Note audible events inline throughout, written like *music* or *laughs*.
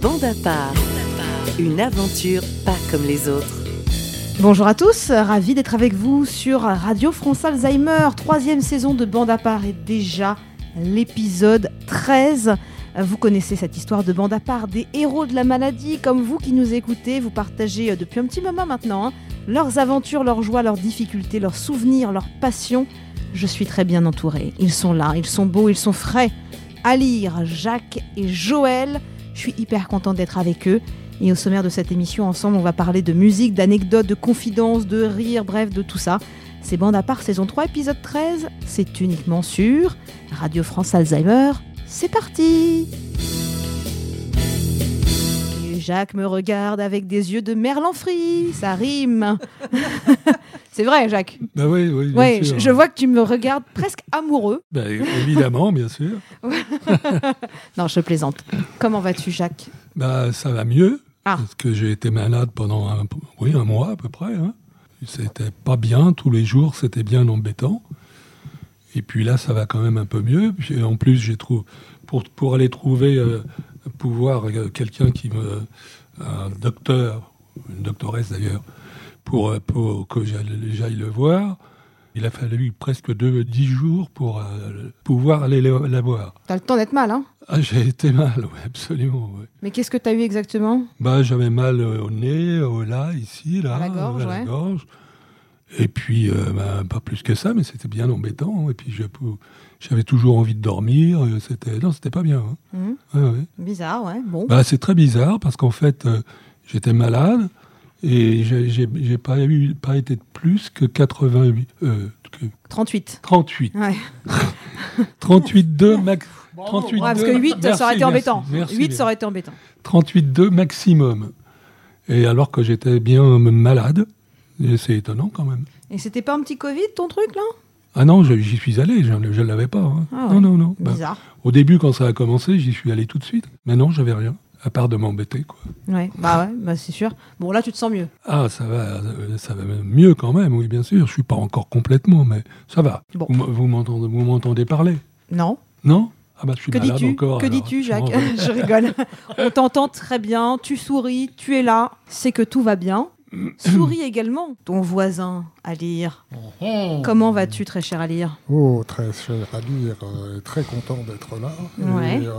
Bande à part. Une aventure pas comme les autres. Bonjour à tous, ravi d'être avec vous sur Radio France Alzheimer. Troisième saison de Bande à part et déjà l'épisode 13. Vous connaissez cette histoire de bande à part, des héros de la maladie comme vous qui nous écoutez, vous partagez euh, depuis un petit moment maintenant hein, leurs aventures, leurs joies, leurs difficultés, leurs souvenirs, leurs passions. Je suis très bien entourée, ils sont là, ils sont beaux, ils sont frais. À lire, Jacques et Joël, je suis hyper contente d'être avec eux. Et au sommaire de cette émission, ensemble, on va parler de musique, d'anecdotes, de confidences, de rires, bref, de tout ça. C'est Bande à part saison 3, épisode 13. C'est uniquement sur Radio France Alzheimer. C'est parti Et Jacques me regarde avec des yeux de merlan frit. Ça rime. *laughs* C'est vrai, Jacques. Bah oui, oui, bien Ouais, sûr. je, je vois que tu me regardes presque amoureux. Bah, évidemment, bien sûr. Non, je plaisante. Comment vas-tu, Jacques Bah, ça va mieux, Ah. parce que j'ai été malade pendant un, oui, un mois à peu près. hein. C'était pas bien, tous les jours, c'était bien embêtant. Et puis là, ça va quand même un peu mieux. Puis, En plus, j'ai trouvé, pour, pour aller trouver, euh, pouvoir, euh, quelqu'un qui me. un docteur, une doctoresse d'ailleurs, pour, euh, pour que j'aille j'aille le voir. Il a fallu presque deux, dix jours pour euh, pouvoir aller la la voir. T'as le temps d'être mal, hein Ah, j'ai été mal, oui, absolument. ouais. Mais qu'est-ce que t'as eu exactement Bah, j'avais mal euh, au nez, au là, ici, là, À la gorge, ouais. gorge. Et puis, euh, bah, pas plus que ça, mais c'était bien embêtant. Et puis, je pou- j'avais toujours envie de dormir. euh, C'était non, c'était pas bien. hein. Mhm. Ouais, ouais. Bizarre, ouais. Bon. Bah, c'est très bizarre parce qu'en fait, euh, j'étais malade et j'ai- j'ai j'ai pas eu, pas été de plus que 88, euh, que 38. 38, Ouais. *laughs* 38 2 max. 38 Ouais, parce que 8, ça aurait été embêtant. 8, ça aurait été embêtant. 38,2 maximum. Et alors que j'étais bien euh, malade, et c'est étonnant quand même. Et c'était pas un petit Covid, ton truc, là Ah non, je- j'y suis allé, je ne l'avais pas. hein. Ah ouais. Non, non, non. Bah, Bizarre. au début, quand ça a commencé, j'y suis allé tout de suite. Mais non, j'avais rien, à part de m'embêter. quoi. Ouais, bah ouais, bah c'est sûr. Bon, là, tu te sens mieux. Ah, ça va, euh, ça va mieux quand même, oui, bien sûr. Je suis pas encore complètement, mais ça va. Bon. Vous m- Vous m'entendez vous m'entendez parler Non Non Ah bah, je suis Que malade dis-tu encore. Que alors. dis-tu, Je Jacques m'en vais. *laughs* Je rigole. On t'entend très bien, tu souris, tu es là, c'est que tout va bien. Souris également, ton voisin, Alir. Oh. Comment vas-tu, très cher Alir Oh, très cher à lire, euh, et très content d'être là. Ouais. Et, euh,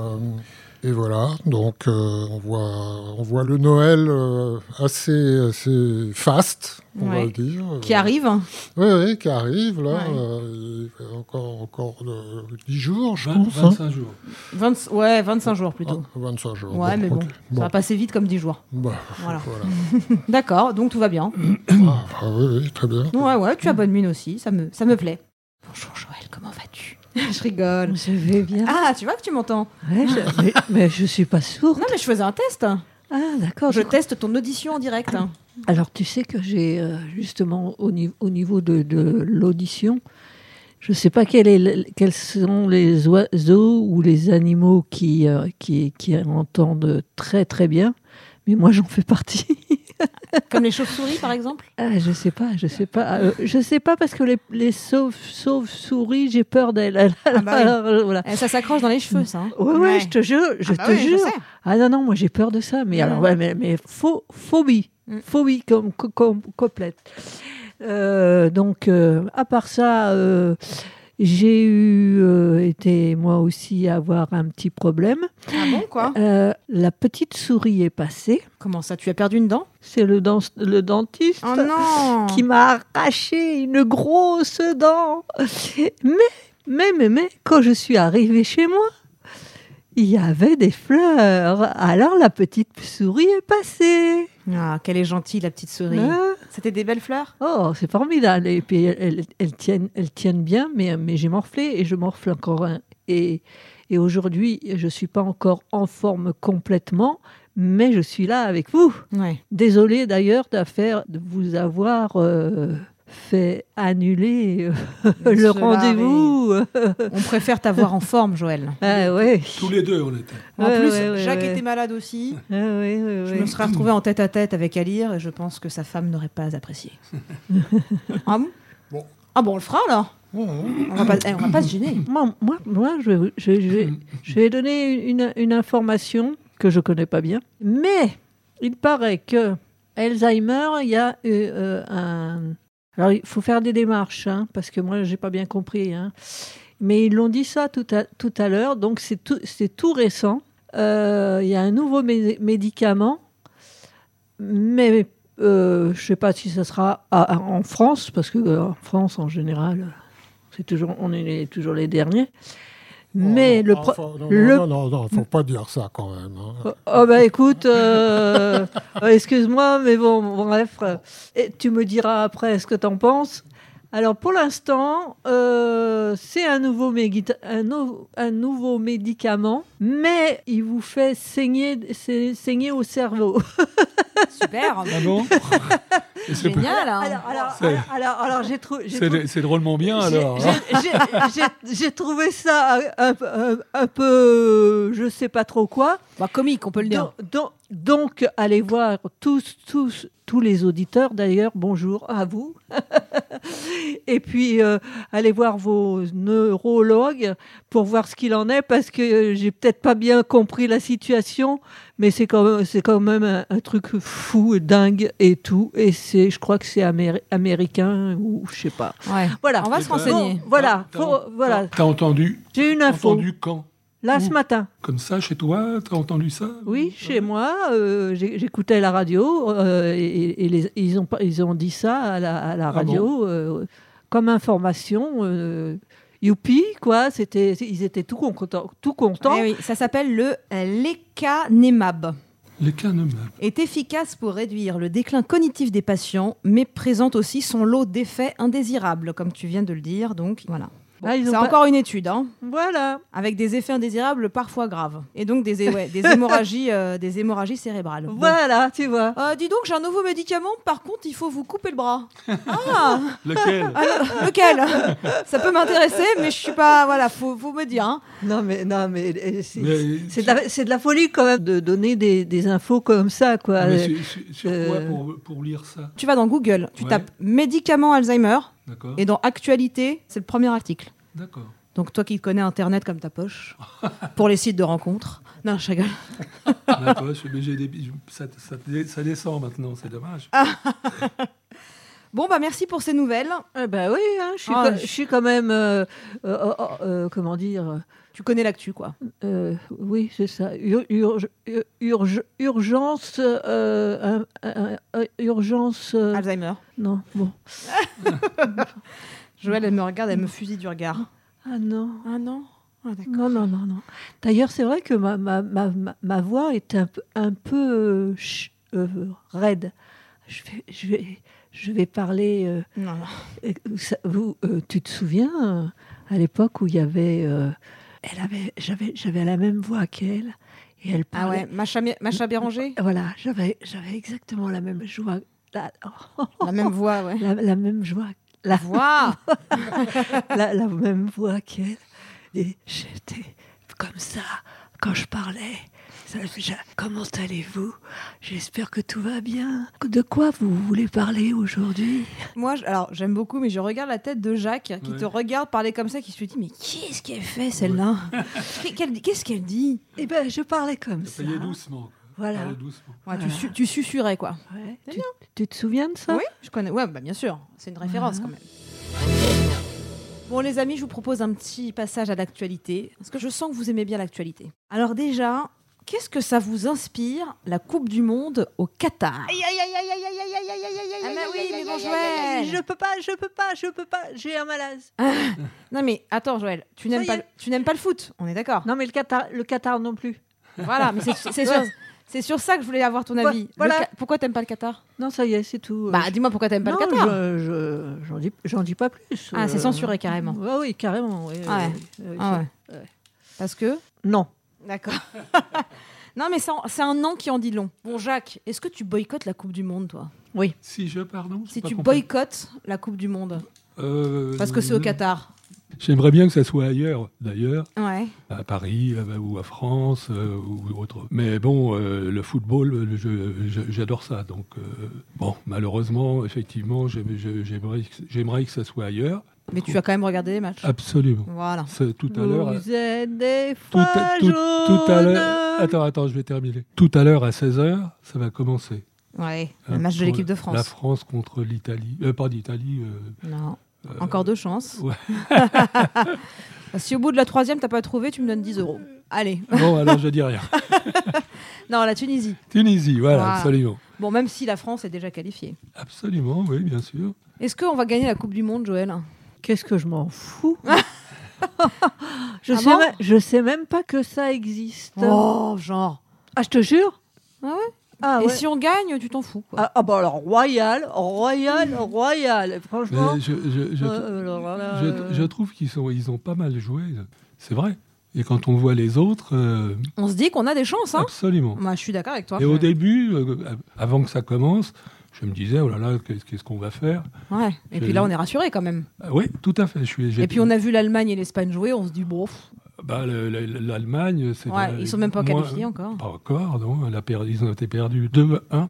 et voilà, donc euh, on, voit, on voit le Noël euh, assez, assez fast, on va Ouais. le dire. Qui arrive hein. Oui, oui, qui arrive, là. Ouais. euh, il fait encore encore euh, 10 jours, je 20, trouve. hein. 25 jours. 20 Ouais, 25 jours Ah, plutôt. 25 jours. Oh. ouais, mais bon, ok. ça va passer vite comme 10 jours. Bah, Voilà. *laughs* *laughs* voilà. D'accord, donc tout va bien. Ah, bah oui, oui, très bien. Ouais, ouais, tu as bonne mine aussi, ça me, ça me plaît. *laughs* Bonjour Joël, comment vas-tu Je rigole. Je vais bien. Ah, tu vois que tu m'entends Ouais, *laughs* je- mais, mais je suis pas sourde. Non, mais je faisais un test. Ah, d'accord. Je Je- teste ton audition en direct. Alors, tu sais que j'ai euh, justement au, ni- au niveau de, de l'audition, je ne sais pas quel est le- quels sont les oiseaux ou les animaux qui, euh, qui, qui entendent très très bien, mais moi j'en fais partie. *laughs* Comme les chauves-souris, par exemple Ah, je sais pas, je sais pas, euh, je sais pas parce que les, les sauves, sauves souris, j'ai peur d'elles. bah oui. Alors, euh, voilà. Eh, Ça s'accroche dans les cheveux, ça. hein. Ouais, ouais, je te jure, je Ah bah te oui, jure. sais. Ah non, non, moi j'ai peur de ça. Mais Mm. alors, ouais, mais, mais faux, phobie. Mm. Phobie comme, co- comme complète. Euh, donc, euh, à part ça, euh, j'ai eu, euh, été moi aussi avoir un petit problème. Ah bon, quoi Euh, la petite souris est passée. Comment ça Tu as perdu une dent C'est le, dent- le dentiste Oh non qui m'a arraché une grosse dent. Mais, mais, mais, mais, quand je suis arrivée chez moi, il y avait des fleurs. Alors la petite souris est passée. Ah, qu'elle est gentille, la petite souris. Hein C'était des belles fleurs oh, c'est formidable. Et puis elles, elles- elles tiennent, elles tiennent bien, mais, mais j'ai morflé et je morfle encore un. Et, et aujourd'hui, je ne suis pas encore en forme complètement, mais je suis là avec vous. Ouais. Désolée d'ailleurs d'affaire de vous avoir euh, fait annuler euh, le Cela rendez-vous. On préfère t'avoir en forme, Joël. Ah ouais. Tous les deux, on était. En Ouais, plus, ouais, ouais, Jacques ouais. était malade aussi. Ah ouais, ouais, Je ouais. me serais retrouvée en tête à tête avec Alir et je pense que sa femme n'aurait pas apprécié. ah bon, Bon. Ah bon, on le fera alors On va pas, eh, on va pas se gêner. *laughs* Moi, moi, moi, je, vais vous- je- je vais- je vais donner une, une information que je connais pas bien. Mais il paraît que Alzheimer, il y a euh, euh, un. Alors, il faut faire des démarches, hein, parce que moi, j'ai pas bien compris. hein. Mais ils l'ont dit ça tout à, tout à l'heure, donc c'est tout, c'est tout récent. Euh, Il y a un nouveau mé- médicament, mais euh, je ne sais pas si ça sera à- à- en France, parce que euh, en France, en général, c'est toujours, on est les- toujours les derniers. Mais Oh, le, non, pro- enfin, non, le- non, non, non, faut pas dire ça quand même. hein. Oh, Oh bah écoute, euh, euh, excuse-moi, mais bon, bon, bref, euh, et tu me diras après ce que t'en penses. Alors pour l'instant, euh, c'est un, nouveau médita- un, nou- un nouveau médicament, mais il vous fait saigner, sa- saigner au cerveau. Super. Ah bon *laughs* Et c'est- Génial. hein. Alors, alors, Ah. C'est- alors, alors, alors, j'ai trou- j'ai trou- c'est c'est drôlement bien j'ai- alors. hein. j'ai- j'ai- j'ai- j'ai trouvé ça un, un- un peu, je sais pas trop quoi. Bah, comique, on peut le dire. Donc, donc- donc, allez voir tous, tous, tous les auditeurs d'ailleurs, bonjour à vous. *laughs* Et puis, euh, allez voir vos neurologues pour voir ce qu'il en est, parce que euh, j'ai peut-être pas bien compris la situation, mais c'est quand même, c'est quand même un, un truc fou, dingue et tout. Et c'est, je crois que c'est améri- américain ou je sais pas. Ouais. Voilà. On va se Bon, renseigner. Bon, voilà, T'as- faut- Hein, t'as- voilà. T'as entendu, J'ai une info. entendu quand Là, ce Ouh. matin. Comme ça, chez toi, t'as entendu ça Oui, chez moi, euh, j'ai- j'écoutais la radio euh, et, et les- ils, ont, pas- ils ont dit ça à la, à la Ah radio euh, comme information. euh, youpi, quoi, c'était, ils étaient tout contents. Tout contents. Eh oui, ça s'appelle le lecanemab. Les cannes Est efficace pour réduire le déclin cognitif des patients, mais présente aussi son lot d'effets indésirables, comme tu viens de le dire. Donc voilà. Bon, Ah, ils c'est ont pas- encore une étude, hein, Voilà. avec des effets indésirables parfois graves, et donc des, é- ouais, des hémorragies, euh, des hémorragies cérébrales. Mmh. Bon. Voilà, tu vois. Euh, dis donc, j'ai un nouveau médicament, par contre, il faut vous couper le bras. Ah, Lequel lequel Ça peut m'intéresser, mais je suis pas. Voilà, faut, faut me dire. hein. Non, mais, non, mais, euh, *laughs* c'est, Mais- c'est de la, c'est de la folie quand même de donner des, des infos comme ça, quoi. Ah, Mais sur- sur- sur quoi euh, pour, pour lire ça Tu vas dans Google, tu Ouais. tapes médicament Alzheimer, D'accord. et dans Actualité, c'est le premier article. D'accord. Donc toi qui connais Internet comme ta *laughs* poche, pour les sites de rencontres. Non, je rigole. Ah, toi, je suis obligé d'ép- je- ça, ça- ça descend maintenant, c'est dommage. Ah, Bon, bah merci pour ces nouvelles. Eh ben oui, hein, je, suis Ah, co- je- je suis quand même, euh, euh, euh, euh, comment dire, Tu connais l'actu, quoi. Euh, oui, c'est ça. Ur- urge- ur- urge- urgence. euh, un- un- un- urgence. euh, Alzheimer. non, *laughs* bon. Joël, elle me regarde, elle me fusille du regard. Ah non. Ah non ah, d'accord. Non, non, non, non. D'ailleurs, c'est vrai que ma, ma, ma, ma- ma voix est un, peu- un peu euh, ch- euh, raide. Je vais, je vais, je vais parler. euh, Non, non. Et ça- vous, euh, tu te souviens euh, à l'époque où il y avait, euh, elle avait, j'avais, j'avais la même voix qu'elle et elle Ah parlait. ouais, Macha, Macha Béranger Voilà, j'avais, j'avais exactement la même joie, la, oh, *laughs* La même voix, ouais. la- la même joie, *laughs* la, Voix la, la même voix qu'elle. Et j'étais comme ça quand je parlais. Ça- je- Comment allez-vous J'espère que tout va bien. De quoi vous voulez parler aujourd'hui Moi, je- alors j'aime beaucoup, mais je regarde la tête de Jacques qui Ouais. te regarde parler comme ça, qui se dit Mais qu'est-ce qu'elle fait celle-là Qu'est- qu'elle- Qu'est-ce qu'elle dit Eh ben, je parlais comme ça. Payez doucement. quoi. Voilà. Parlez doucement. Ouais, tu, Voilà. su- tu susurrais, quoi. Ouais. Tu, tu te souviens de ça Oui, je connais. Ouais, bah, bien sûr, c'est une référence quand même. Bon les amis, je vous propose un petit passage à l'actualité parce que je sens que vous aimez bien l'actualité. Alors déjà, qu'est-ce que ça vous inspire la Coupe du monde au Qatar Ah bah oui, mais bon Joël. Je peux pas, je peux pas, je peux pas, j'ai un malaise. Ah. Non mais attends Joël, tu n'aimes y pas est. le- tu n'aimes pas le foot, on est *laughs* d'accord. Non mais le Qatar, le Qatar non plus. Voilà, mais c'est c'est sur c'est sur ça que je voulais avoir ton avis. Le voilà. Ca- Pourquoi t'aimes pas le Qatar Non, ça y est, c'est tout. Bah dis-moi pourquoi t'aimes pas non, le Qatar. je- je- j'en dis, j'en dis pas plus. Ah, c'est censuré, carrément. Ouais, oui, carrément. ouais, Ah ouais. ouais, ouais, Ah ça- ouais. ouais. Parce que Non. D'accord. *laughs* non, mais ça en- c'est un nom qui en dit long. Bon, Jacques, est-ce que tu boycottes la Coupe du Monde, toi Si je, pardon j'ai Si pas tu compris. boycottes la Coupe du Monde, Euh, parce que c'est au Qatar. J'aimerais bien que ça soit ailleurs, d'ailleurs, Ouais. à Paris euh, ou à France euh, ou autre. Mais bon, euh, le football, euh, je- je- j'adore ça. Donc, euh, bon, malheureusement, effectivement, j'aime- je- j'aimerais que- j'aimerais que ça soit ailleurs. Mais tu as quand même regardé les Euh, matchs. Absolument. Voilà. C'est- Tout à l'heure, Vous êtes des tout à- fois tout- tout à l'heure- Attends, attends, je vais terminer. Tout à l'heure, à 16h, ça va commencer. Ouais, Hein, le match de pour l'équipe de La France. France contre l'Italie. Euh, pas d'Italie. euh, Non. euh, Encore deux chances. *laughs* ouais. si au bout de la troisième, t'as pas trouvé, tu me donnes 10 euros. Allez. Bon, alors je dis rien. *laughs* Non, la Tunisie. Tunisie, voilà, Voilà. absolument. Bon, même si la France est déjà qualifiée. Absolument, oui, bien sûr. Est-ce qu'on va gagner la Coupe du Monde, Joël Qu'est-ce que je *laughs* m'en fous je, Ah sais bon même, je sais même pas que ça existe. Oh, genre. Ah, je te jure Ah ouais Ah, Et si on gagne, tu t'en fous. Quoi. ah, ah bah alors, royal, royal, royal. Mais Franchement. je, je- je- euh, alors là, euh, je- je trouve qu'ils sont, ils ont pas mal joué. C'est vrai. Et quand on voit les autres, euh, On se dit qu'on a des chances, hein absolument. Moi, je suis d'accord avec toi. Et au début, euh, avant que ça commence, je me disais, oh là là, qu'est- qu'est-ce qu'on va faire Ah Ouais. Et puis là, on est rassuré quand même. Oui, tout à fait. Je suis, j'ai- Et puis on a vu l'Allemagne et l'Espagne jouer, on se dit bon, pff, Bah, le- le- L'Allemagne, c'est. ouais, ils sont même pas moins- qualifiés encore. ben, Pas encore, non. Elle a perdu- ils ont été perdus 2-1.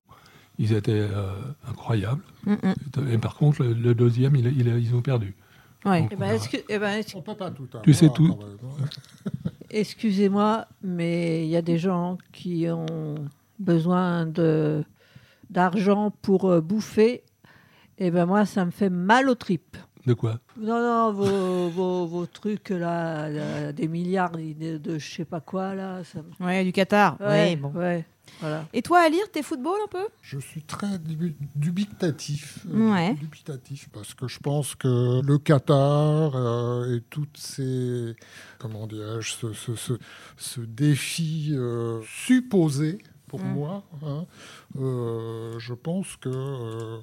Ils étaient euh, incroyables. Mm, mm. Et par contre, le, le deuxième, il, il- ils ont perdu. Ouais. Donc, Eh ben, on a- est-ce que- eh ben, est-ce- On peut pas tout avoir. Tu sais tout. quand même. hein. Excusez-moi, mais il y a des gens qui ont besoin de d'argent pour euh, bouffer. Et ben moi, ça me fait mal aux tripes. De quoi Non, *laughs* non, vos, vos, vos trucs là, là, des milliards de, de je sais pas quoi là. Ça... me- Ouais, du Qatar. Ouais, bon. ouais, voilà. Et toi, à lire tes football un peu Je suis très dubi- dubitatif. euh, Ouais. Dubitatif, parce que je pense que le Qatar euh, et toutes ces. Comment dirais-je Ce, ce- ce- ce défi euh, supposé pour Mm. moi, hein, euh, je pense que. euh,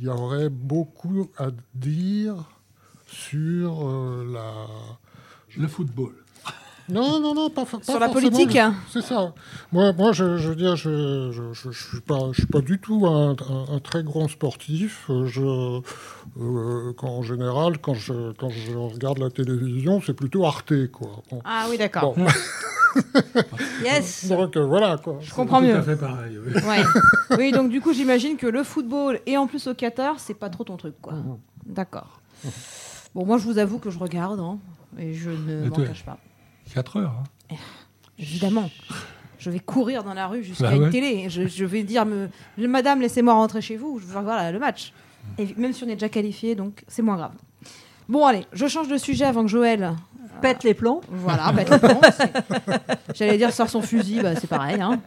il y aurait beaucoup à dire sur euh, la, Le football. non, non, non, pas, for- pas Sur la forcément. politique, hein. C'est ça. Moi, moi, je, je veux dire, je, je, je, je suis pas, je suis pas du tout un, un- un très grand sportif. Euh, Je, euh, quand, en général, quand je, quand je regarde la télévision, c'est plutôt Arte, quoi. Bon. Ah oui, d'accord. *laughs* Bon. Yes. Donc euh, voilà, quoi. Je comprends mieux. fait pareil. oui. Ouais. oui, donc du coup, j'imagine que le football et en plus au Qatar, c'est pas trop ton truc, quoi. Mm. D'accord. Bon, moi, je vous avoue que je regarde, hein, et je ne Mais m'en toi- cache pas. Quatre heures. hein. Évidemment. Je vais courir dans la rue jusqu'à Bah une ouais. télé. Je, je vais dire, me- Madame, laissez-moi rentrer chez vous. Je veux voir la- le match. Et même si on est déjà qualifié, donc c'est moins grave. Bon, allez, je change de sujet avant que Joël. Ah. Pète les plombs. Voilà, pète les plombs, c'est- *laughs* J'allais dire, sort son fusil, bah, c'est pareil. hein.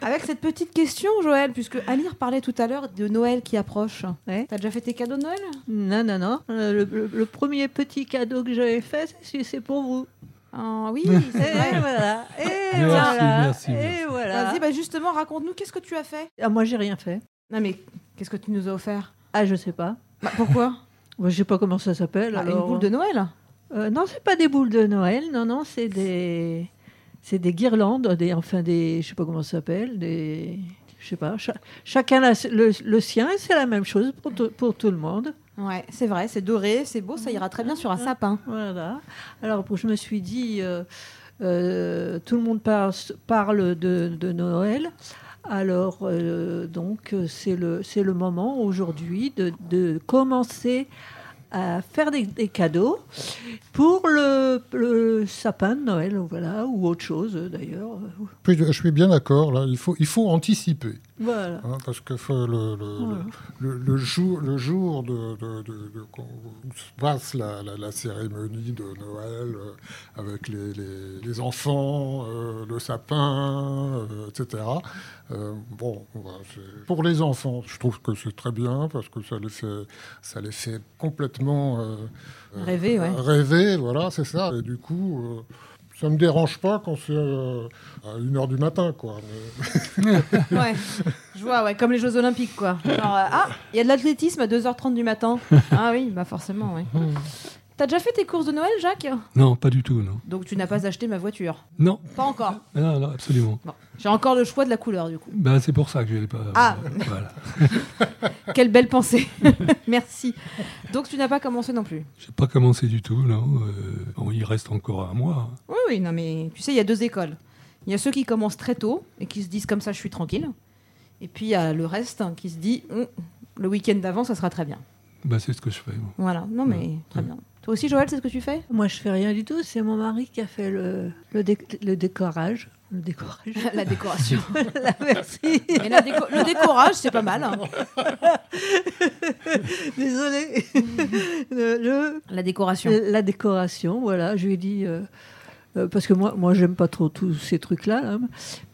Avec cette petite question, Joël, puisque Alire parlait tout à l'heure de Noël qui approche. Ouais. T'as déjà fait tes cadeaux de Noël Non, non, non. Euh, Le, le- le premier petit cadeau que j'avais fait, c'est- c'est *laughs* pour vous. Ah oui, Et c'est vrai. voilà. Et Merci, voilà. merci, et merci. voilà. Vas-y, bah, justement, raconte-nous, qu'est-ce que tu as fait Ah, moi, j'ai rien fait. Non, mais qu'est-ce que tu nous as offert Ah, je sais pas. Bah, Pourquoi Moi, je sais pas comment ça s'appelle. Ah, alors. Une boule de Noël Euh, non, c'est pas des boules de Noël. Non, non, c'est des, c'est des guirlandes, des, enfin des, je sais pas comment ça s'appelle, des, je sais pas. cha- chacun a le, le sien et c'est la même chose pour, tout- pour tout le monde. Ouais, c'est vrai, c'est doré, c'est beau, ça ira très bien sur un sapin. Voilà. Alors, pour- je me suis dit, euh, euh, tout le monde passe- parle de, de Noël. Alors, euh, donc, euh, c'est le, c'est le moment aujourd'hui de, de commencer à faire des, des cadeaux pour le, le sapin de Noël, voilà, ou autre chose euh, d'ailleurs. Puis, je suis bien d'accord. Là, il faut, il faut anticiper, Voilà. hein, parce que faut le, le- le- Voilà. le, le jour, le jour de, de- de- de- qu'on- où se passe la, la- la cérémonie de Noël euh, avec les, les- les enfants, euh, le sapin, euh, etc. Euh, bon, voilà, c'est- pour les enfants, je trouve que c'est très bien parce que ça les fait, ça les fait complètement euh, euh, Rêver, ouais. rêver, voilà, c'est ça. Et du coup. euh, ça me dérange pas quand c'est euh, à 1h du matin, quoi. Mais- *laughs* Ouais, je vois, ouais, comme les Jeux Olympiques, quoi. Genre, euh, ah, il y a de l'athlétisme à 2h30 du matin. *laughs* Ah oui, bah forcément, ouais. T'as déjà fait tes courses de Noël, Jacques Non, pas du tout, non. Donc tu n'as pas acheté ma voiture. Non, Pas encore. non, non, absolument. Bon, j'ai encore le choix de la couleur, du coup. Bah, c'est pour ça que je l'ai pas. Ah. Voilà. Quelle belle pensée. *laughs* Merci. Donc tu n'as pas commencé non plus. J'ai pas commencé du tout, non. Euh, bon, il reste encore un mois. hein. Oui, oui, non, mais tu sais, il y a deux écoles. Il y a ceux qui commencent très tôt et qui se disent comme ça, je suis tranquille. Et puis il y a le reste hein, qui se dit, Hum, le week-end d'avant, ça sera très bien. Bah, c'est ce que je fais. moi. Voilà, non, mais très bien. Toi aussi, Joël, c'est ce que tu fais Moi, je fais rien du tout. C'est mon mari qui a fait le, le, dé- le décorage. le décorage. *laughs* La décoration. *laughs* Voilà, merci. Mais la déco- le décorage, c'est pas mal. hein. Désolée. Le- le- La décoration. la décoration, voilà. Je lui ai dit. euh, euh, parce que moi, moi, j'aime pas trop tous ces trucs-là, hein,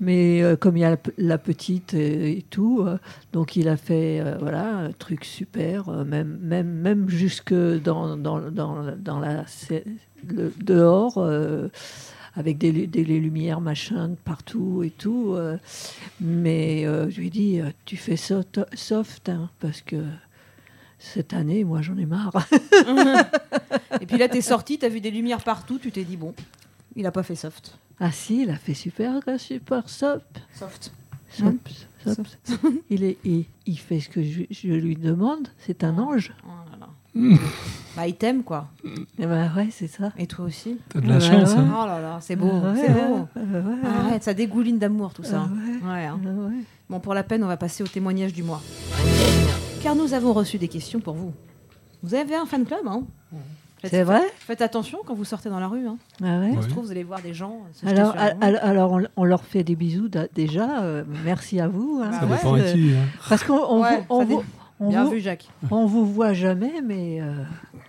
mais euh, comme il y a la, p- la petite et, et tout, euh, donc il a fait euh, voilà un truc super, euh, même même même jusque dans dans, dans, dans la c'est- le dehors euh, avec des, lu- des, les lumières machin de partout et tout, euh, mais euh, je lui ai dit euh, tu fais ça to- soft hein, parce que cette année, moi, j'en ai marre. Et puis là, t'es sorti, t'as vu des lumières partout, tu t'es dit, bon, il a pas fait soft. Ah si, il a fait super, super soft. Soft. Soft, soft. *laughs* Il, est, il, il fait ce que je, je lui demande. C'est un ange. Oh là là. Hmm. Bah, il t'aime, quoi. Eh ben ouais, c'est ça. Et toi aussi. T'as de la Ouais, chance, ouais. Oh hein là là, c'est beau. Ah Hmm. ouais, c'est beau. ah ouais, Arrête, ça dégouline d'amour, tout ça. ah ouais, Ouais, hein. ah ouais. Bon, pour la peine, on va passer au témoignage du mois. Car nous avons reçu des questions pour vous. Vous avez un fan club, hein Faites- C'est vrai Faites attention quand vous sortez dans la rue. Hein. Ah ouais. Ça se Ouais. trouve, vous allez voir des gens. euh, se jeter Alors, sur al- vous. al- alors on, on leur fait des bisous da- déjà. euh, merci à vous. hein. Ça Ça Ah ouais. dépend à Euh, qui. hein. Parce qu'on on Ouais, vous, ça on dé- vous- on Bien vous- vu, Jacques. on vous voit jamais, mais euh,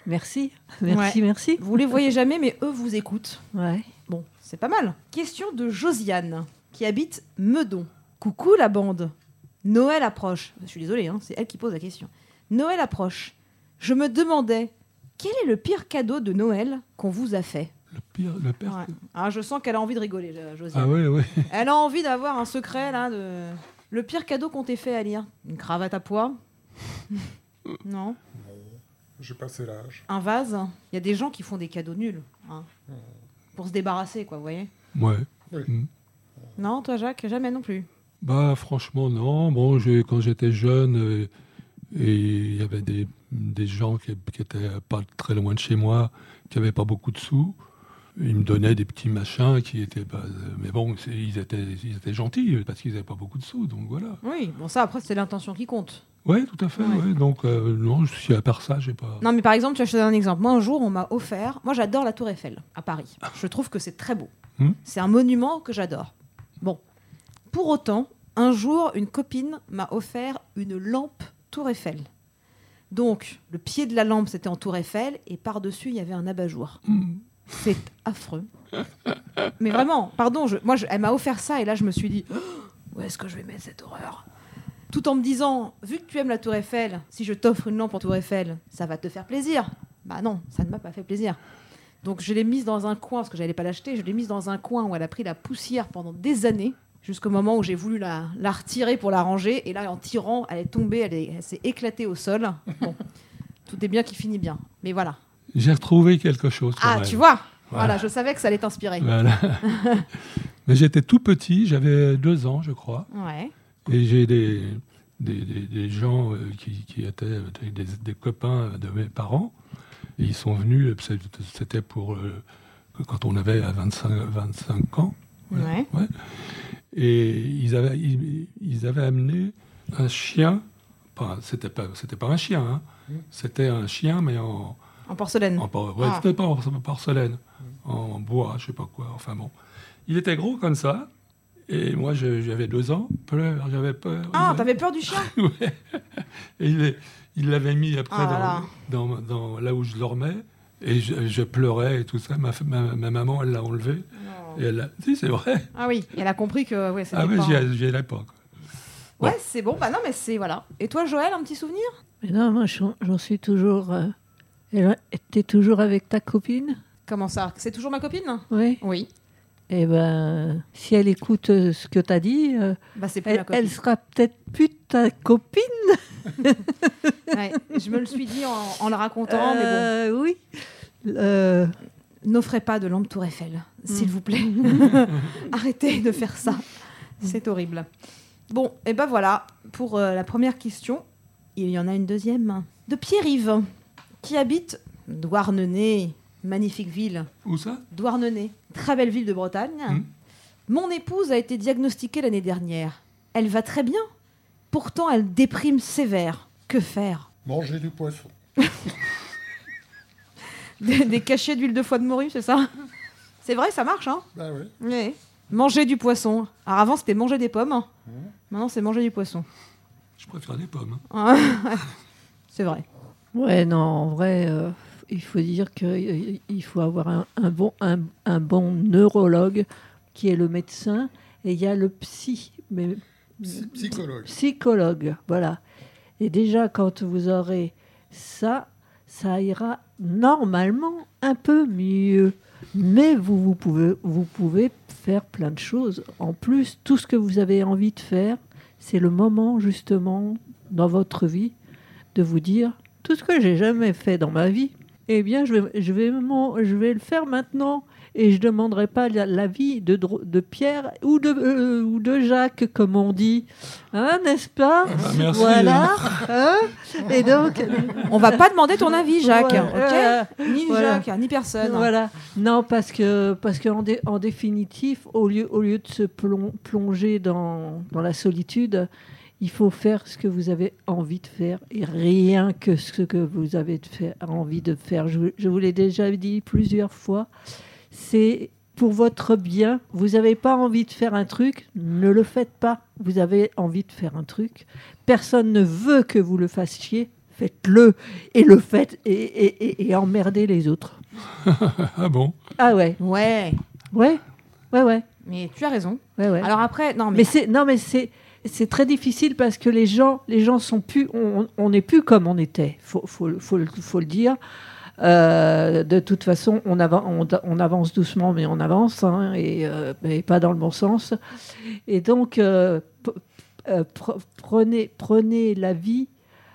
merci. Merci, merci. Vous les voyez jamais, mais eux vous écoutent. Ouais. Bon, c'est pas mal. Question de Josiane, qui habite Meudon. Coucou la bande. Noël approche. Je suis désolée, hein, c'est elle qui pose la question. Noël approche. Je me demandais, quel est le pire cadeau de Noël qu'on vous a fait Le pire, le père. Ouais. Ah, Je sens qu'elle a envie de rigoler, euh, Josiane. Ah ouais, ouais. Elle a envie d'avoir un secret, là, de... Le pire cadeau qu'on t'ait fait à lire Une cravate à pois Non J'ai passé l'âge. Un vase Il y a des gens qui font des cadeaux nuls, hein, pour se débarrasser, quoi, vous voyez Ouais. Non, toi, Jacques, jamais non plus. Bah franchement non. Bon, j'ai- quand j'étais jeune, euh, et il y avait des, des gens qui, qui étaient pas très loin de chez moi, qui n'avaient pas beaucoup de sous. Ils me donnaient des petits machins qui étaient pas. euh, mais bon, c'est- ils étaient, ils étaient gentils euh, parce qu'ils n'avaient pas beaucoup de sous, donc voilà. Oui, bon, ça, après, c'est l'intention qui compte. Ouais, tout à fait. Ouais. ouais. Donc euh, non, si à part ça, j'ai pas. Non, mais par exemple, tu vois, je te donne un exemple. Moi, un jour, on m'a offert. Moi, j'adore la Tour Eiffel à Paris. Je trouve que c'est très beau. Hmm. C'est un monument que j'adore. Bon. Pour autant, un jour, une copine m'a offert une lampe Tour Eiffel. Donc, le pied de la lampe, c'était en Tour Eiffel, et par-dessus, il y avait un abat-jour. Hmm. C'est affreux. Mais vraiment, pardon, je- moi, je- elle m'a offert ça, et là, je me suis dit, Oh, où est-ce que je vais mettre cette horreur Tout en me disant, vu que tu aimes la Tour Eiffel, si je t'offre une lampe en Tour Eiffel, ça va te faire plaisir. Bah non, ça ne m'a pas fait plaisir. Donc je l'ai mise dans un coin, parce que j'allais pas l'acheter, je l'ai mise dans un coin où elle a pris la poussière pendant des années, jusqu'au moment où j'ai voulu la, la retirer pour la ranger, et là en tirant, elle est tombée, elle est- elle s'est éclatée au sol. Bon, *laughs* tout est bien qui finit bien. Mais voilà. J'ai retrouvé quelque chose. quand Ah, même. tu vois voilà. Voilà. je savais que ça allait t'inspirer. Voilà. *laughs* mais j'étais tout petit, j'avais deux ans, je crois. Ouais. Et j'ai des, des, des- des gens euh, qui, qui étaient euh, des, des- des copains de mes parents. Et ils sont venus, euh, c'est- c'était pour euh, quand on avait euh, 25, 25 ans. Ouais. Ouais. Et ils avaient, ils, ils avaient amené un chien. Pas- C'était pas, c'était pas un chien, hein. Mmh. c'était un chien, mais en, En porcelaine. en por- ouais, Ah. c'était pas en por- porcelaine, en bois, je sais pas quoi. Enfin bon, il était gros comme ça, et moi je- j'avais deux ans, peur, j'avais peur. Ah, Il- t'avais peur du chien *laughs* Ouais. Et il est- il l'avait mis après Ah dans- là là. dans, dans là où je dormais. Et je, je pleurais et tout ça. Ma, f- ma- ma maman, elle l'a enlevé. Et elle l'a- Si, c'est vrai. Ah oui, elle a compris que ouais, c'était Ah oui, pas- j'y allais- j'y allais pas. quoi. Ouais, c'est bon. Bah non, mais c'est voilà. Et toi, Joël, un petit souvenir Mais non, moi, j'en j'en suis toujours. euh, elle- T'es toujours avec ta copine Comment ça C'est toujours ma copine Oui. Oui. Eh ben, si elle écoute euh, ce que t'as dit, euh, Bah c'est plus ma elle, copine. elle sera peut-être plus ta copine. Ouais, je me le suis dit en, en le racontant, mais Euh, Oui. Euh, bon. N'offrez pas de lampe Tour Eiffel, s'il vous *laughs* plaît. Arrêtez de faire ça. C'est horrible. Bon, et ben voilà pour euh, la première question. Il y en a une deuxième de Pierre-Yves qui habite Douarnenez, magnifique ville. Où ça Douarnenez, très belle ville de Bretagne. Mm. Mon épouse a été diagnostiquée l'année dernière. Elle va très bien. Pourtant, elle déprime sévère. Que faire *laughs* Manger du poisson. des, des cachets d'huile de foie de morue, c'est ça C'est vrai, ça marche, hein Bah oui. Oui. Manger du poisson. Alors avant, c'était manger des pommes. hein. Maintenant, c'est manger du poisson. *laughs* Je préfère les pommes. hein. c'est vrai. Ouais, non, en vrai, euh, il faut dire qu'il faut avoir un, un bon, un, un bon neurologue qui est le médecin et il y a le psy, mais Mm. Psy- Psychologue. psychologue, voilà. Et déjà, quand vous aurez ça, ça ira normalement un peu mieux. Mais vous, vous, pouvez, vous pouvez faire plein de choses. En plus, tout ce que vous avez envie de faire, c'est le moment justement dans votre vie de vous dire tout ce que j'ai jamais fait dans ma vie, eh bien, je vais, je vais, m'en- je vais le faire maintenant. Et je ne demanderai pas la- l'avis de, Dro- de Pierre ou de, euh, ou de Jacques, comme on dit. Hein, n'est-ce pas bah, merci. Voilà. hein et donc, On va pas demander ton avis, Jacques. Ouais, ok euh, Ni voilà. Jacques, ni personne. Voilà. Non, parce que parce qu'en dé- en définitif, au lieu, au lieu de se plon- plonger dans, dans la solitude, il faut faire ce que vous avez envie de faire et rien que ce que vous avez de faire- envie de faire. Je, vous- je vous l'ai déjà dit plusieurs fois, c'est pour votre bien. Vous n'avez pas envie de faire un truc, ne le faites pas. Vous avez envie de faire un truc, personne ne veut que vous le fassiez, faites-le et le faites et, et- et- et emmerdez les autres. Ah bon Ah ouais, Ouais, ouais, ouais, ouais, mais tu as raison. ouais. ouais. Alors après, non, mais, mais c'est non, mais c'est c'est très difficile parce que les gens, les gens sont plus, on on n'est plus comme on était. Faut faut le- faut le- faut le dire. Euh, de toute façon, on, avan- on, on avance doucement, mais on avance, hein, et, euh, et pas dans le bon sens. Et donc, euh, p- euh, pre- prenez, prenez la vie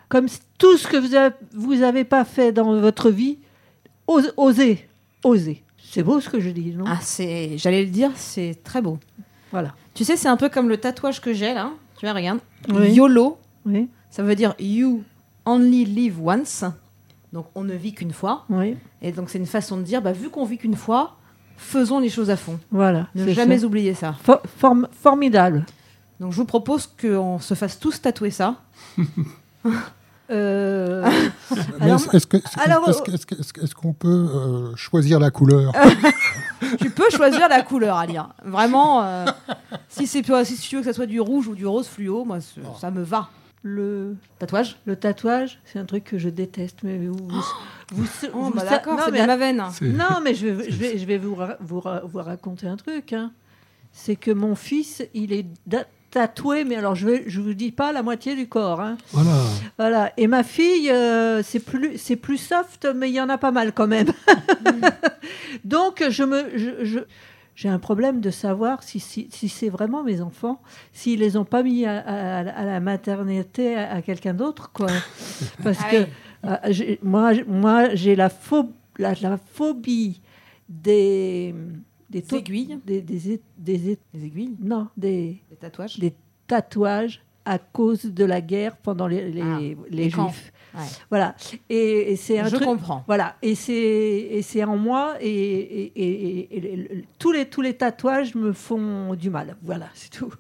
comme s- tout ce que vous n'avez vous avez pas fait dans votre vie, ose- osez, osez. C'est beau ce que je dis, non ah, c'est, j'allais le dire, c'est très beau. Voilà. Tu sais, c'est un peu comme le tatouage que j'ai là. Tu vois, regarde. YOLO, Oui, ça veut dire You Only Live Once. Donc on ne vit qu'une fois. oui, Et donc c'est une façon de dire, bah, vu qu'on vit qu'une fois, faisons les choses à fond. voilà. Ne c'est jamais ça. oublier ça. For- form- formidable. Donc je vous propose qu'on se fasse tous tatouer ça. Euh, Ah. Mais Alors, est-ce- Est-ce que- est-ce que- alors, est-ce que- est-ce que- est-ce que- est-ce qu'on peut euh, choisir la couleur Euh, tu peux *laughs* choisir la couleur, Alia. Vraiment, euh, si, c'est, si tu veux que ça soit du rouge ou du rose fluo, moi ce- ça me va. le, Tatouage le tatouage, c'est un truc que je déteste, mais vous. vous, vous, Oh, vous- bah ça- d'accord, non, c'est mais- bien ma veine. C'est- Non, mais je vais, je vais, je vais vous, ra- vous, ra- vous raconter un truc. hein. C'est que mon fils, il est da- tatoué, mais alors je ne je vous dis pas la moitié du corps. hein. Voilà. Voilà. Et ma fille, euh, c'est plus, c'est plus soft, mais il y en a pas mal *laughs* quand même. Donc, je me, je- je- j'ai un problème de savoir si, si, si c'est vraiment mes enfants, s'ils les ont pas mis à, à- à la maternité à, à quelqu'un d'autre, *laughs* quoi. Parce Ah que oui. euh, j'ai- moi, j'ai- moi, j'ai la, pho- la, la phobie des des Des aiguilles des, des, é- des é- Des aiguilles non, des Des tatouages des tatouages à cause de la guerre pendant les, les, Ah, les les camps. juifs. Ouais. Voilà. Et, et c'est un Je truc. comprends. Voilà. Et c'est et c'est en moi et, et- et- et- et le- le- tous les tous les tatouages me font du mal. Voilà, c'est tout.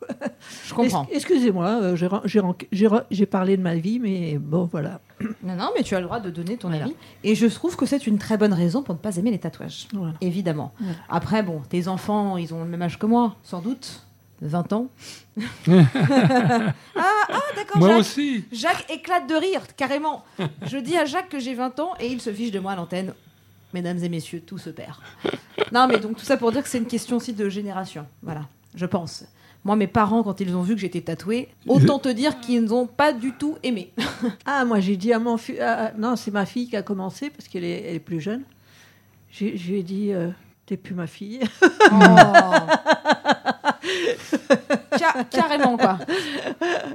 Je comprends. Es- Excusez-moi, euh, j'ai ran- j'ai ran- j'ai ran- j'ai parlé de ma vie, mais bon, voilà. Non, non, mais tu as le droit de donner ton Voilà. avis. Et je trouve que c'est une très bonne raison pour ne pas aimer les tatouages. Voilà. Évidemment. Voilà. Après, bon, tes enfants, ils ont le même âge que moi, sans doute. 20 *laughs* ans. ah, ah, d'accord, Moi Jacques. aussi. Jacques éclate de rire, carrément. Je dis à Jacques que j'ai 20 ans et il se fiche de moi à l'antenne. Mesdames et messieurs, tout se perd. Non, mais donc tout ça pour dire que c'est une question aussi de génération. Voilà, je pense. Moi, mes parents, quand ils ont vu que j'étais tatouée, autant te dire qu'ils n'ont pas du tout aimé. Ah, moi j'ai dit à mon fils. non, c'est ma fille qui a commencé parce qu'elle est, elle est plus jeune. J'ai- Je lui ai dit, euh, t'es plus ma fille. Oh. *laughs* Ca- carrément, quoi.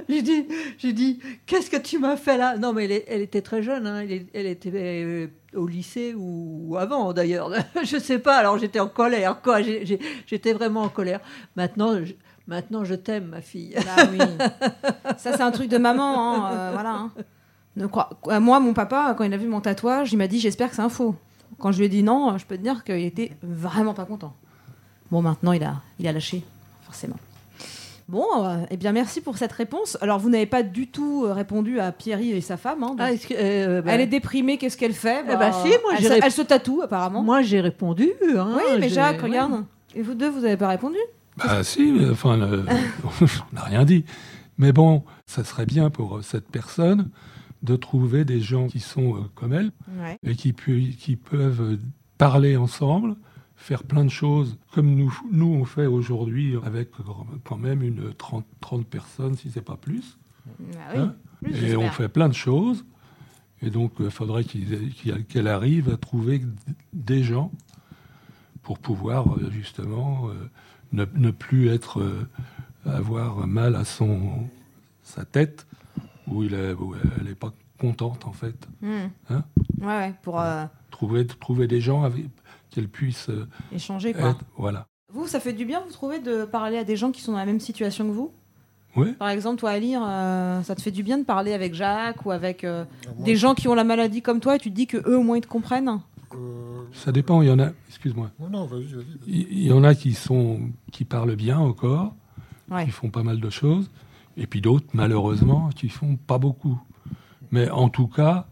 J'ai dit, j'ai dit, qu'est-ce que tu m'as fait là Non, mais elle, est- elle était très jeune, hein, elle, est- elle était euh, au lycée ou, ou avant d'ailleurs, *laughs* je sais pas. Alors j'étais en colère, quoi. J'ai- j'ai- J'étais vraiment en colère. Maintenant, je, maintenant, je t'aime, ma fille. Bah oui. Ça, c'est un truc de maman. hein, euh, voilà. hein. Ne crois- euh, Moi, mon papa, quand il a vu mon tatouage, il m'a dit J'espère que c'est un faux. Quand je lui ai dit non, je peux te dire qu'il était vraiment pas content. Bon, maintenant, il a, il a lâché, forcément. Bon, euh, eh bien, merci pour cette réponse. Alors, vous n'avez pas du tout euh, répondu à Pierry et sa femme. hein, donc- *laughs* Ah, est-ce que- euh, bah, Elle est déprimée, qu'est-ce qu'elle fait Eh bah, si, moi, elle, j'ai se, rép- elle se tatoue, apparemment. Moi, j'ai répondu. hein, oui, mais j'ai- Jacques, ouais. regarde. Et vous deux, vous n'avez pas répondu Bah si, mais, enfin, le- *laughs* on n'a rien dit. Mais bon, ça serait bien pour euh, cette personne de trouver des gens qui sont euh, comme elle Ouais. et qui, pu- qui peuvent euh, parler ensemble, faire plein de choses comme nous, nous on fait aujourd'hui avec euh, quand même une 30, 30 personnes, si c'est pas plus. Bah Ah oui. Hein Plus, et j'espère. on fait plein de choses. Et donc, il faudrait qu'il- qu'il- qu'elle arrive à trouver des gens pour pouvoir euh, justement euh, ne, ne plus être euh, avoir mal à son sa tête où, il est- où elle n'est pas contente en fait. Hmm. Hein ouais, ouais, pour euh, Trouver trouver des gens avec qu'elle puisse euh, échanger quoi. être voilà. Vous, ça fait du bien, vous trouvez, de parler à des gens qui sont dans la même situation que vous Ouais. Par exemple, toi, à lire, euh, ça te fait du bien de parler avec Jacques ou avec euh, Ah, Moi, des gens qui ont la maladie comme toi et tu te dis que eux au moins ils te comprennent euh, Ça dépend. Il y en a. Excuse-moi. non, non, vas-y, vas-y. Il il y en a qui sont qui parlent bien encore, Ouais. qui font pas mal de choses, et puis d'autres malheureusement qui font pas beaucoup. Mais en tout cas,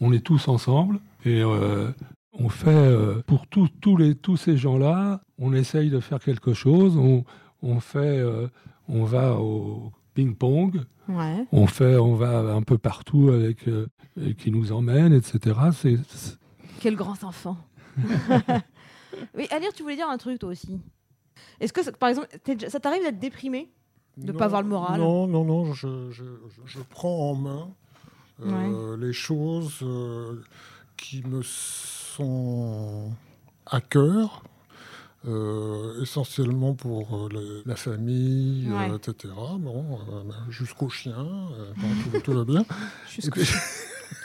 on est tous ensemble et euh, on fait euh, pour tous tous les tous ces gens-là, on essaye de faire quelque chose. On on fait euh, on va au ping-pong, Ouais. on fait on va un peu partout avec euh, et qui nous emmène, etc. C'est c'est- Quel grand *laughs* enfant Oui, à lire, tu voulais dire un truc toi aussi. Est-ce que, ça- par exemple, t'es déjà- ça t'arrive d'être déprimé De pas Non, avoir le moral. Non, non, non, je, je, je- je prends en main euh, les choses euh, qui me sont à cœur, euh, essentiellement pour euh, le- la famille, euh, Ouais. etc. Bon, euh, jusqu'au chien, euh, bon, tout, tout *laughs* va bien. Et puis-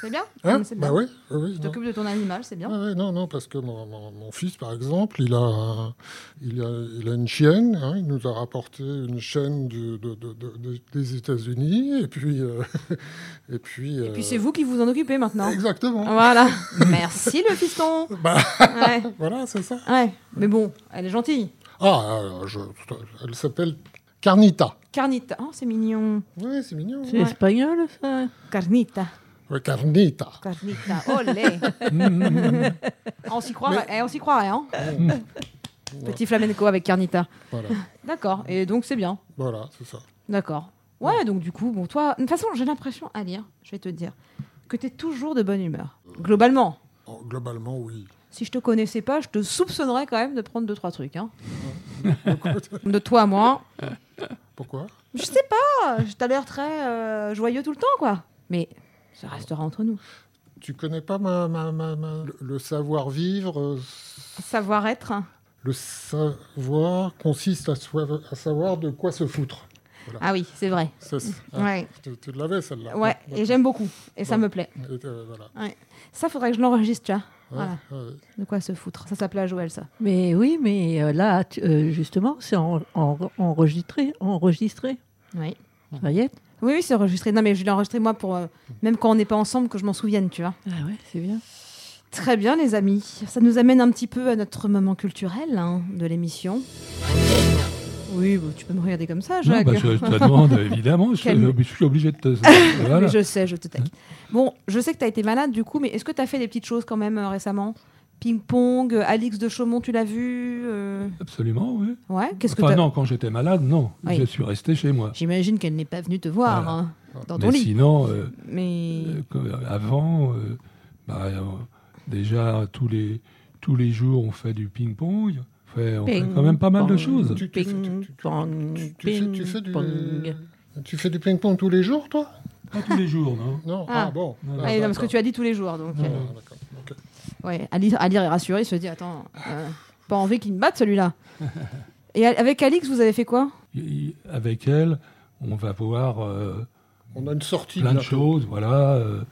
C'est bien Ah, Hein C'est bien. bah oui, oui, oui, Tu non. t'occupes de ton animal, c'est bien. Ah Ouais, ouais, non, non, parce que mon, mon- mon fils, par exemple, il a, un- il a, il a une chienne. hein, il nous a rapporté une chienne du- de- de- de- de- des États-Unis. Et puis. euh, *laughs* et puis, euh, Et puis c'est vous hein. qui vous en occupez maintenant. Exactement. Voilà. *laughs* Merci le fiston. Bah, Ouais. voilà, c'est ça. ouais. Mais bon, elle est gentille. Ah, euh, je- elle s'appelle Carnita. Carnita. Oh, c'est mignon. Oui, c'est mignon. hein. C'est espagnol, ça Carnita. Ouais, Carnita. Carnita. Olé. *laughs* on s'y croirait. eh, on s'y croirait, hein. Petit flamenco avec Carnita. Voilà, *laughs* D'accord. Et donc, c'est bien. voilà c'est ça. D'accord. Ouais, donc du coup, bon, toi, de toute façon, j'ai l'impression à lire, je vais te dire, que t'es toujours de bonne humeur. Globalement. Oh, globalement, oui. Si je te connaissais pas, je te soupçonnerais quand même de prendre deux, trois trucs. Hein. de toi à moi. Pourquoi Je sais pas, je- t'as l'air très euh, joyeux tout le temps, quoi. Mais ça restera entre nous. Tu connais pas ma, ma- ma- ma- le, le savoir-vivre euh, Savoir-être. Le savoir consiste à, soi- à savoir de quoi se foutre. Ah oui, c'est vrai. C'est- ah, Ouais. tu, tu l'avais celle-là. Ouais, et j'aime beaucoup. Et ça Ouais. me plaît. Et, euh, voilà. Ça, faudrait que je l'enregistre, tu vois. Voilà. Ouais, ouais. De quoi se foutre. Ça s'appelait à Joël, ça. Mais oui, mais euh, là, tu- euh, justement, c'est en- en- enregistré, enregistré. Oui. Ça y est Oui, oui, c'est enregistré. Non, mais je l'ai enregistré, moi, pour. euh, même quand on n'est pas ensemble, que je m'en souvienne, tu vois. Ah ouais, c'est bien. Très bien, les amis. Ça nous amène un petit peu à notre moment culturel hein, de l'émission. Oui, bah, tu peux me regarder comme ça, non, Jacques. bah, je te demande évidemment. Je, Calme. je suis obligé de te. Mais *laughs* Voilà. Hein je sais, je te taque. Bon, je sais que tu as été malade du coup, mais est-ce que tu as fait des petites choses quand même euh, récemment Ping-pong, euh, Alix de Chaumont, tu l'as vu euh, Absolument, oui. Ouais, qu'est-ce que Enfin, t'as- non, quand j'étais malade, non. Oui. Je suis resté chez moi. J'imagine qu'elle n'est pas venue te voir Voilà. Ah, hein, dans ton Mais lit. sinon, euh, Mais euh, comme avant, euh, bah, euh, déjà tous les, tous les jours, on fait du ping-pong. On fait, on fait Ping, quand même pas mal de pong. choses. Tu- tu fais- tu- Ping, tu- tu- pong, tu- tu fais- tu fais ping, du- pong. Tu fais du ping-pong tous les jours, toi Pas tous les jours, non Non. Ah. Ah, bon. Non, non. Ah, non, parce que tu as dit tous les jours. Donc, d'accord. euh, Ah, d'accord, ok. ouais, Ali, Ali est rassuré, il se dit Attends, euh, pas envie qu'il me batte *laughs* celui-là. Et a- avec Alix, vous avez fait quoi Et- et Avec elle, on va voir euh, On a une sortie. plein de bientôt. choses. Voilà. euh,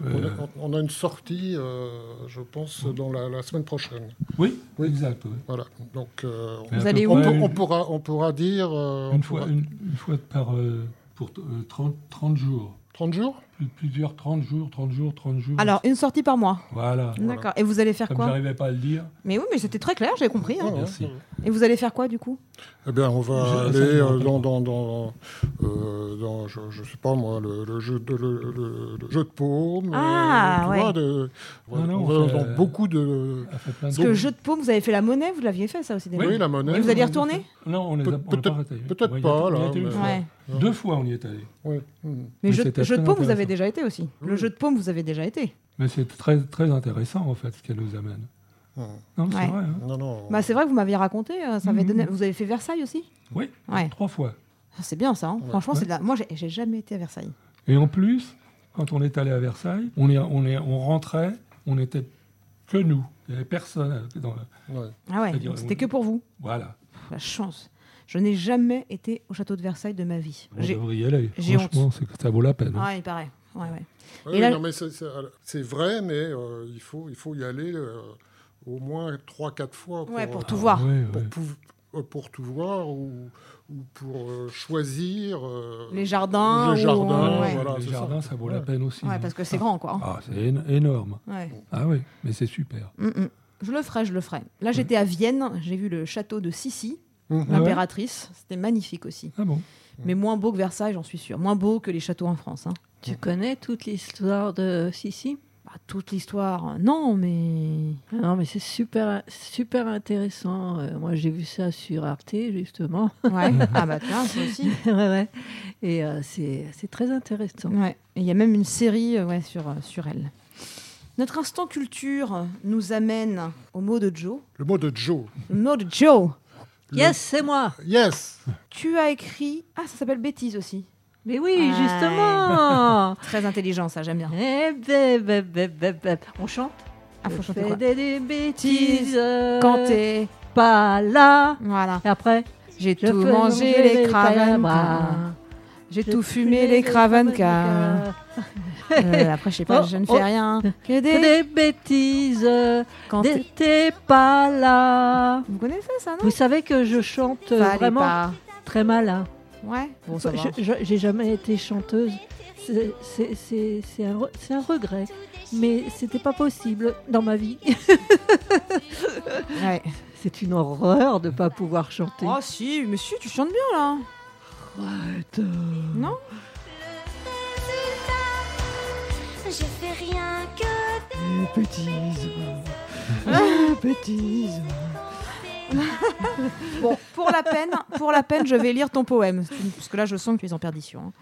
On euh, a, on a une sortie, euh, je pense, dans la, la semaine prochaine. oui, exact. oui. Voilà. Donc, euh, on, Mais à allez peu où on près pour- une- on pourra, on pourra dire. euh, on Une fois, pourra- une, une fois par, euh, pour euh, 30, 30 jours. 30 jours plus- plusieurs 30 jours, 30 jours, 30 jours. Alors, une sortie par mois. voilà. D'accord. Et vous allez faire Comme quoi j'arrivais pas à le dire, Mais oui, mais c'était très clair, j'ai compris. hein. Ouais, Merci. ouais. Et vous allez faire quoi du coup Eh bien, on Je- va ça, aller je me euh, rappelle dans, dans, dans, euh, dans, je, je sais pas moi, le, le jeu de, le, le- le jeu de paume. euh, Ah, tu ouais. vois, de- Non, non, on on va fait, dans euh, beaucoup de. elle fait plein de Parce que jeu de paume, vous avez fait la monnaie, vous l'aviez fait ça aussi déjà. Oui, la monnaie. Et vous allez y retourner Non, on les a, Peut- on les a peut-être- pas ratés. peut-être Ouais, il y a- pas, il y a là, été une mais- fois. Ouais. Deux fois, on y est allé. Ouais. Hmm. Mais, Mais jeu, c'était jeu de très paume, vous avez intéressant. déjà été aussi. Le Oui. jeu de paume, vous avez déjà été. Mais c'est très, très intéressant, en fait, ce qu'elle nous amène. Hmm. Non, c'est Ouais. vrai. hein. Non, non. Bah, c'est vrai que vous m'aviez raconté, euh, ça avait Mhm. donné... vous avez fait Versailles aussi Oui, Ouais. trois fois. Ah, C'est bien ça, hein. Ouais. franchement, c'est Ouais. de la... moi j'ai- j'ai jamais été à Versailles. Et en plus, quand on est allé à Versailles, on, est, on, est, on rentrait, on n'était que nous. Il n'y avait personne. dans- Ouais. Ah ouais, C'est-à-dire, donc c'était on- que pour vous. Voilà. Pff, La chance. Je n'ai jamais été au château de Versailles de ma vie. On J'ai- devrait y aller. j'ai Franchement, c'est que ça vaut la peine. hein. Ah, il paraît. Ouais, ouais. Oui, Et là- non, mais c'est- c'est c'est vrai, mais euh, il, faut, il faut y aller euh, au moins 3-4 fois pour, Ouais, pour euh, tout voir. Ouais, pour ouais. pou- euh, pour tout voir ou, ou pour euh, choisir euh, Les jardins. le ou- jardin, ouais. Ah, voilà, les c'est jardins, ça, vaut la Ouais. peine aussi. Ouais, hein. parce que c'est grand, quoi. Ah, c'est éno- énorme. Ouais. Ah oui, mais c'est super. Mm, mm. Je le ferai, je le ferai. Là, j'étais à Vienne, j'ai vu le château de Sissi, Mhm. l'impératrice. C'était magnifique aussi. Ah bon Mm. Mais moins beau que Versailles, j'en suis sûre. Moins beau que les châteaux en France. hein. Tu connais toute l'histoire de Sissi Bah, toute l'histoire, euh, non, mais. Ah Non, mais c'est super, super intéressant. Euh, moi, j'ai vu ça sur Arte, justement. *laughs* Ouais. ah bah tiens, ça aussi. Ouais, ouais. Et euh, c'est c'est très intéressant. Ouais. Et Il y a même une série euh, ouais, sur, euh, sur elle. Notre instant culture nous amène au mot de Joe. Le mot de Joe. Le mot de Joe. Le- Yes, c'est moi *laughs* Yes Tu as écrit. Ah, ça s'appelle Bêtise aussi. Mais oui, Ouais. *laughs* justement Très intelligent, ça, j'aime bien. Eh ben, ben, ben, ben, ben. On chante Ah, faut Je chanter fais quoi des, des bêtises Quand t'es. pas là. Voilà. Et après, J'ai tout je fais mangé manger les cravantes. cravankas. J'ai tout fumé les cravankas. Euh, après, je sais pas, Oh, je ne oh. fais rien. Que Que des. des bêtises Quand t'es- t'es pas là. Vous connaissez ça, non Vous savez que je chante euh, Fallait vraiment pas. très mal. hein. Ouais. Bon, ça va. Je- je- J'ai jamais été chanteuse. C'est- c'est- C'est c'est un, re- c'est un regret. Mais c'était pas possible dans ma vie. *laughs* Ouais. C'est une horreur de pas pouvoir chanter. Oh, si, mais si, tu chantes bien, là. Arrête. Non Je fais rien que Les bêtises. Les bêtises. Bon, pour la peine, pour la peine, je vais lire ton poème, parce que là, je sens que tu es en perdition. hein.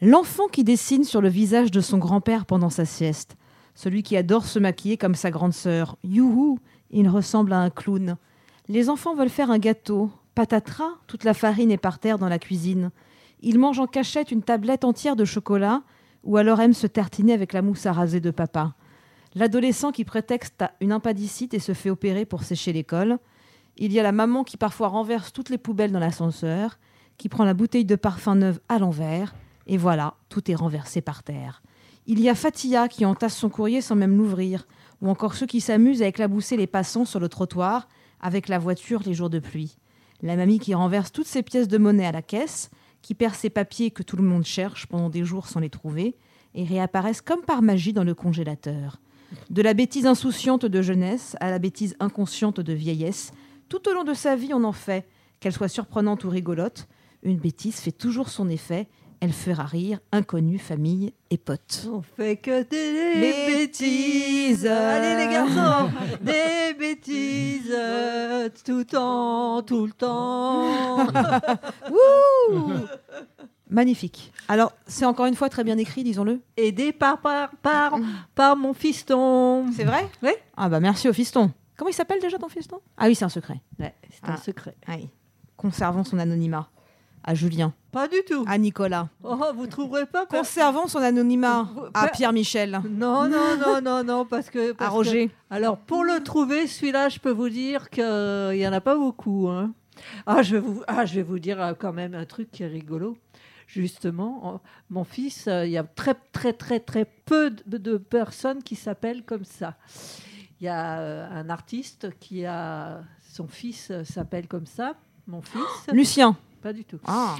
L'enfant qui dessine sur le visage de son grand-père pendant sa sieste, celui qui adore se maquiller comme sa grande sœur. Youhou, il ressemble à un clown. Les enfants veulent faire un gâteau. Patatras, toute la farine est par terre dans la cuisine. Ils mangent en cachette une tablette entière de chocolat, ou alors aiment se tartiner avec la mousse à raser de papa. L'adolescent qui prétexte à une impadicite et se fait opérer pour sécher l'école. Il y a la maman qui parfois renverse toutes les poubelles dans l'ascenseur, qui prend la bouteille de parfum neuve à l'envers, et voilà, tout est renversé par terre. Il y a Fatia qui entasse son courrier sans même l'ouvrir, ou encore ceux qui s'amusent à éclabousser les passants sur le trottoir avec la voiture les jours de pluie. La mamie qui renverse toutes ses pièces de monnaie à la caisse, qui perd ses papiers que tout le monde cherche pendant des jours sans les trouver, et réapparaissent comme par magie dans le congélateur. De la bêtise insouciante de jeunesse à la bêtise inconsciente de vieillesse, tout au long de sa vie, on en fait. Qu'elle soit surprenante ou rigolote, une bêtise fait toujours son effet. Elle fera rire inconnus, famille et potes. On fait que des Les bêtises. bêtises. Allez les garçons, des bêtises tout le temps, tout le *laughs* temps. Magnifique. Alors, c'est encore une fois très bien écrit, disons-le. Aidé par par par par mon fiston. C'est vrai Oui. Ah bah merci au fiston. Comment il s'appelle déjà ton fiston Ah oui, c'est un secret. Ouais, c'est un Ah. secret. Ah oui. Conservons son anonymat. À Julien. Pas du tout. À Nicolas. Oh, vous trouverez pas. par- Conservons son anonymat. À Pierre Michel. Non non non non non parce que. À parce que- Roger. Alors, pour le trouver, celui-là, je peux vous dire qu'il n'y en a pas beaucoup. hein. Ah, je vais vous, ah, je vais vous dire euh, quand même un truc qui est rigolo. Justement, en- mon fils, euh, il y a très, très, très, très peu de, de personnes qui s'appellent comme ça. Il y a euh, un *gasps* artiste qui a. Son fils euh, s'appelle comme ça, mon fils. Lucien. Pas du tout. Ah.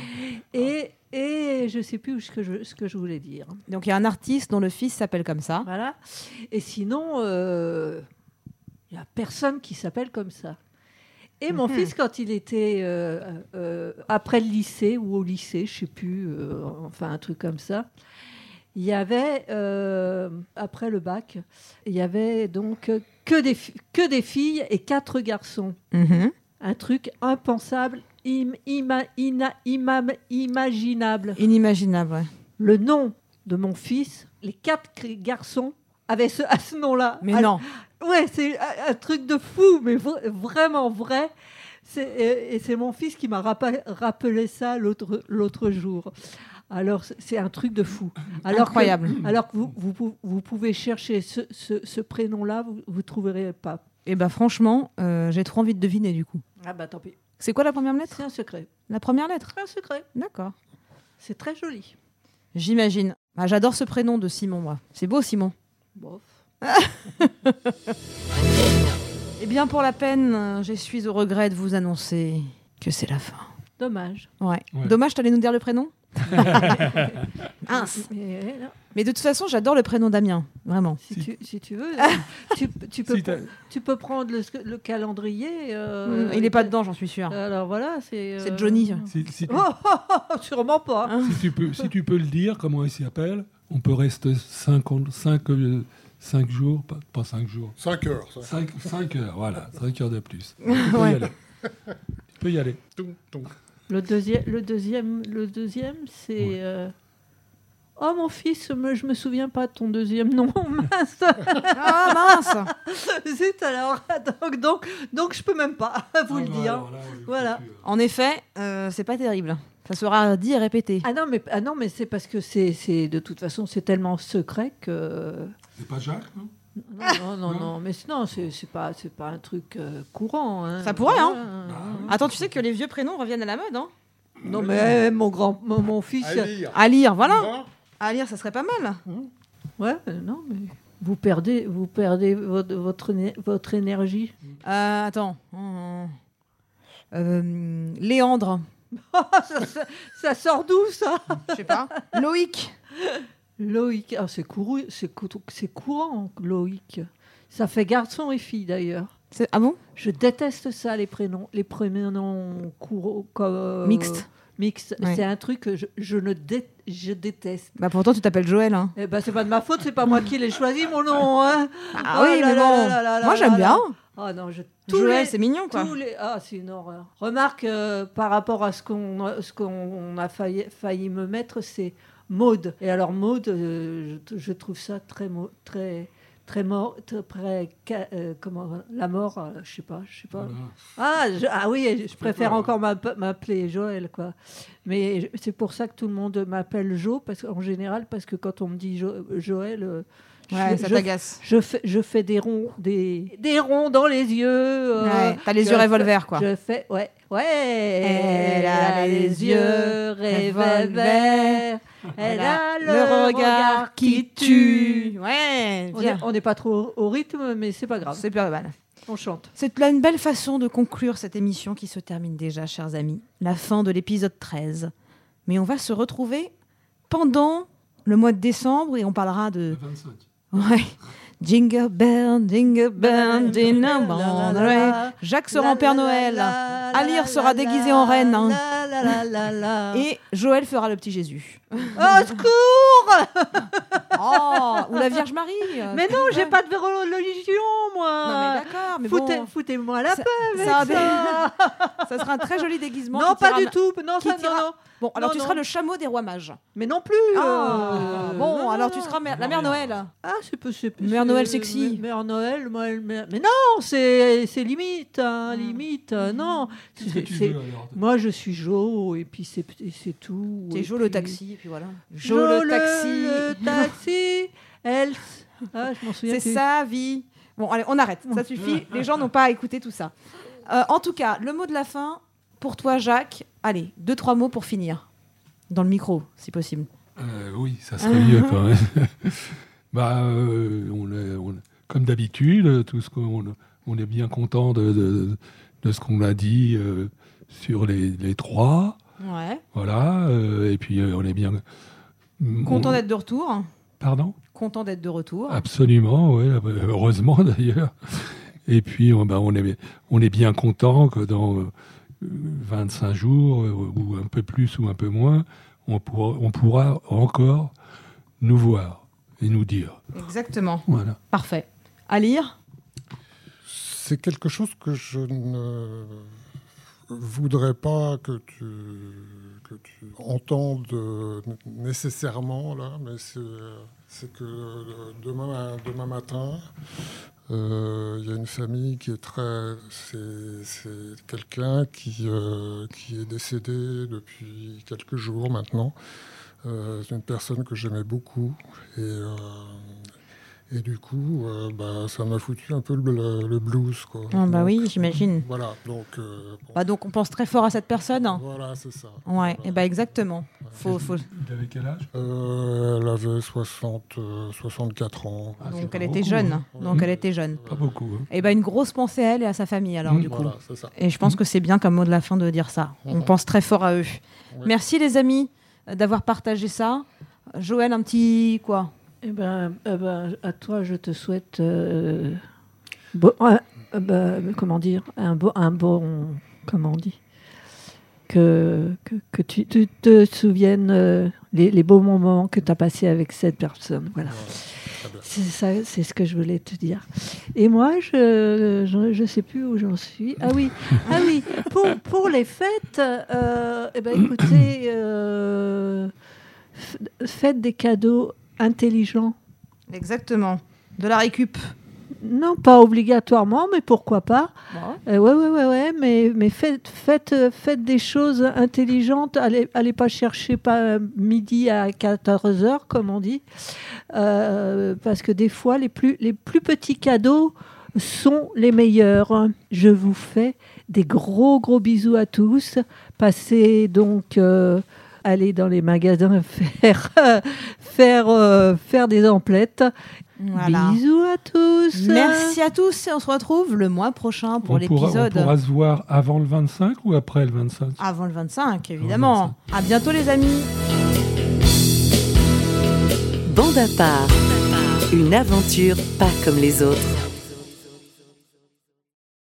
Et, et je ne sais plus ce que je, ce que je voulais dire. Donc il y a un artiste dont le fils s'appelle comme ça. Voilà. Et sinon, euh, il n'y a personne qui s'appelle comme ça. Et mon fils, quand il était euh, euh, après le lycée ou au lycée, je sais plus, euh, enfin un truc comme ça, il y avait euh, après le bac, il y avait donc que des fi- que des filles et quatre garçons. Un truc impensable, im- ima- ina- imam- imaginable. Inimaginable. ouais. Le nom de mon fils, les quatre cri- garçons avaient ce, à ce nom-là. Mais À- non. Ouais, c'est un, un truc de fou, mais vr- vraiment vrai. C'est- euh, Et, et c'est mon fils qui m'a rappa- rappelé ça l'autre l'autre jour. Alors, c'est- c'est un truc de fou. Alors que- Incroyable. *clears throat* alors que vous, vous, pou- vous pouvez chercher ce, ce- ce prénom-là, vous ne trouverez pas. Et bah franchement, euh, j'ai trop envie de deviner du coup. Ah bah tant pis. C'est quoi la première lettre C'est un secret. La première lettre. Un secret. D'accord. C'est très joli. J'imagine. Ah, J'adore ce prénom de Simon, moi. C'est beau, Simon. Bof. Eh bien, pour la peine, euh, je suis au regret de vous annoncer que c'est la fin. Dommage. Ouais. Ouais. Dommage, t'allais nous dire le prénom Mais non, Mais de toute façon, j'adore le prénom Damien, vraiment. si, Si. Ah. Tu, si tu veux, tu, tu peux, Si t'as- pre- tu peux prendre le, sc- le calendrier. euh, Mm, Il est pas dedans, j'en suis sûre. Alors voilà, c'est. C'est euh, Johnny. Hein. si- si- Oh, oh, *laughs* oh, sûrement pas. si tu peux, si tu peux le dire, comment il s'y appelle, on peut rester 5 cinq, euh, cinq jours, pas, pas 5 jours, 5 heures. ça. 5, heures, voilà, 5 heures de plus. Tu peux y aller. Tu peux y aller. Toum, toum. Le deuxième, le deuxième, le deuxième, c'est. Ouais. euh, Oh mon fils, me- je me souviens pas de ton deuxième nom, *laughs* mince. Ah mince Zut alors. Donc donc donc je peux même pas *laughs* Ah, vous bah le dire. Voilà. En effet, euh, c'est pas terrible. Ça sera dit et répété. Ah non mais ah non mais c'est parce que c'est c'est de toute façon c'est tellement secret que C'est pas Jacques, non non non Ah. non, non, mais c'est- non c'est c'est pas c'est pas un truc euh, courant. hein. Ça pourrait, hein. Ouais, ouais. Attends, tu sais que les vieux prénoms reviennent à la mode, hein Non mais eh, mon grand mon, mon fils. À lire. À lire, voilà. Non À lire, ça serait pas mal. Ouais euh, non mais vous perdez vous perdez votre votre, éner- votre énergie. Euh, attends. Hum, hum. Euh, Léandre. *laughs* ça, ça- ça sort d'où ça Je sais *laughs* pas. Loïc. Loïc, ah, c'est couru, c'est cou- c'est courant Loïc. Ça fait garçon et fille d'ailleurs. C'est- Ah bon Je déteste ça les prénoms, les prénoms courants comme euh, Mixte. Mixte, Ouais. c'est un truc que je, je ne dé- je déteste. Bah pourtant, tu t'appelles Joël, hein. Eh ben c'est pas de ma faute, c'est pas moi qui l'ai choisi mon nom. hein. Ah Oh oui, là mais là bon. là là là Moi, là j'aime là. bien. Ah non, je tous Joël, les- c'est mignon, quoi. Tous les- Ah, c'est une horreur. Remarque, euh, par rapport à ce qu'on ce qu'on a failli, failli me mettre, c'est mode. Et alors mode, je, je trouve ça très mo- très très mort, très, près ca- euh, comment la mort, euh, je sais pas, je sais pas. Ah, je- ah oui, je préfère encore m'app- m'appeler Joël, quoi. Mais je- c'est pour ça que tout le monde m'appelle Jo, parce qu'en général, parce que quand on me dit Jo- Joël, euh, Ouais, je, ça je- t'agace. je fais, je fais des ronds, des, des ronds dans les yeux. euh, Ouais, t'as les je yeux fais- revolver, quoi. Je fais, ouais, ouais. Elle a les yeux revolver. revolver. Elle a le regard qui tue. Ouais, On est- On n'est pas trop au rythme, mais c'est pas grave. C'est pas mal. On chante. C'est là une belle façon de conclure cette émission qui se termine déjà, chers amis. La fin de l'épisode 13. Mais on va se retrouver pendant le mois de décembre et on parlera de. 25. Ouais. Jingle bell, jingle bell, jingle bell, ouais. Jacques sera en Père Noël. Alire sera déguisée en reine. hein. Et Et Joël fera le petit Jésus. au secours Oh, ou la Vierge Marie. euh, Mais non, j'ai ouais. pas de religion, Non, moi. mais d'accord, mais Foutez- bon. Foutez-moi la Ça- paix avec ça- ça. Ça sera un très joli déguisement. Non, qui pas tira du ma- tout. Non, qui ça, non, tira- non. Bon, alors Non, tu non. seras le chameau des rois mages. Mais non plus. Ah, euh, bon, non, alors non, tu non. seras mère- la mère Noël. Ah, c'est pas- c'est- Mère c'est- Noël sexy. Mère Noël, Noël, Mère- Mais non, c'est c'est limite, Ah. hein, limite. euh, Non. Qu'est-ce que C'est- tu c'est- veux alors Moi, je suis Jo, et puis c'est et c'est tout. C'est et Jo le puis- taxi, et puis voilà. Jo, Jo le taxi. le *laughs* taxi. Elle. Ah, je m'en souviens. C'est plus. sa vie. Bon, allez, on arrête. Ça *laughs* suffit. Les gens n'ont pas à écouter tout ça. Euh, en tout cas, le mot de la fin, pour toi, Jacques. Allez, deux, trois mots pour finir. Dans le micro, si possible. Euh, oui, ça serait mieux quand même. *laughs* bah, euh, on est- on- comme d'habitude, tout ce qu'on on est bien content de, de- de ce qu'on a dit euh, sur les, les trois. Ouais. Voilà, euh, et puis euh, on est bien. Content on- d'être de retour. Pardon Content d'être de retour. Ah. Absolument, oui, heureusement *laughs* d'ailleurs. Et puis, on, bah, on, est, on est bien content que dans euh, 25 jours, euh, ou un peu plus ou un peu moins, on pourra, on pourra encore nous voir et nous dire. Exactement. Voilà. Parfait. À lire C'est quelque chose que je ne voudrais pas que tu, que tu entendes euh, nécessairement, là, mais c'est, euh, c'est que euh, demain, demain matin, euh, il y a une famille qui est très. C'est, c'est quelqu'un qui, euh, qui est décédé depuis quelques jours maintenant. Euh, c'est une personne que j'aimais beaucoup. Et. euh, et du coup, euh, bah, ça m'a foutu un peu le, le blues. Quoi. Ah, bah Donc, oui, j'imagine. Voilà, donc. euh, bon, Bah donc on pense très fort à cette personne. Voilà, c'est ça. Ouais, et bah exactement. Faut, faut... Il avait quel âge Euh, elle avait 60, euh, 64 ans. Ah, Donc elle était jeune. Donc Mmh. elle était jeune. hein. Pas beaucoup. hein. Et bah une grosse pensée à elle et à sa famille alors Mm. du coup. Voilà, c'est ça. Et je Mmh. pense que c'est bien comme mot de la fin de dire ça. On Mhm. pense très fort à eux. Merci les amis euh, d'avoir partagé ça. Euh, Joël, un petit quoi Eh ben, eh ben, à toi, je te souhaite. euh, bon- ouais, euh, ben, comment dire un bon, un bon. Comment on dit que, que, que tu, tu te souviennes euh, les, les beaux moments que tu as passés avec cette personne. Voilà. C'est ça, c'est ce que je voulais te dire. Et moi, je je, je sais plus où j'en suis. Ah oui, ah oui. Pour, pour les fêtes, euh, eh ben écoutez, euh, f- faites des cadeaux intelligents. Exactement. De la récup. Non, pas obligatoirement, mais pourquoi pas. Euh, ouais, ouais, ouais, ouais, mais, mais faites, faites, euh, faites des choses intelligentes. Allez, allez pas chercher pas euh, midi à 14h, comme on dit. Euh, parce que des fois, les plus, les plus petits cadeaux sont les meilleurs. Je vous fais des gros, gros bisous à tous. Passez donc. euh, aller dans les magasins *laughs* faire faire euh, faire des emplettes. Voilà. Bisous à tous. Merci à tous et on se retrouve le mois prochain pour on, pourra, on l'épisode pourra se voir avant le 25 ou après le 25 avant le 25 évidemment. À bientôt les amis. Bande à part, une aventure pas comme les autres.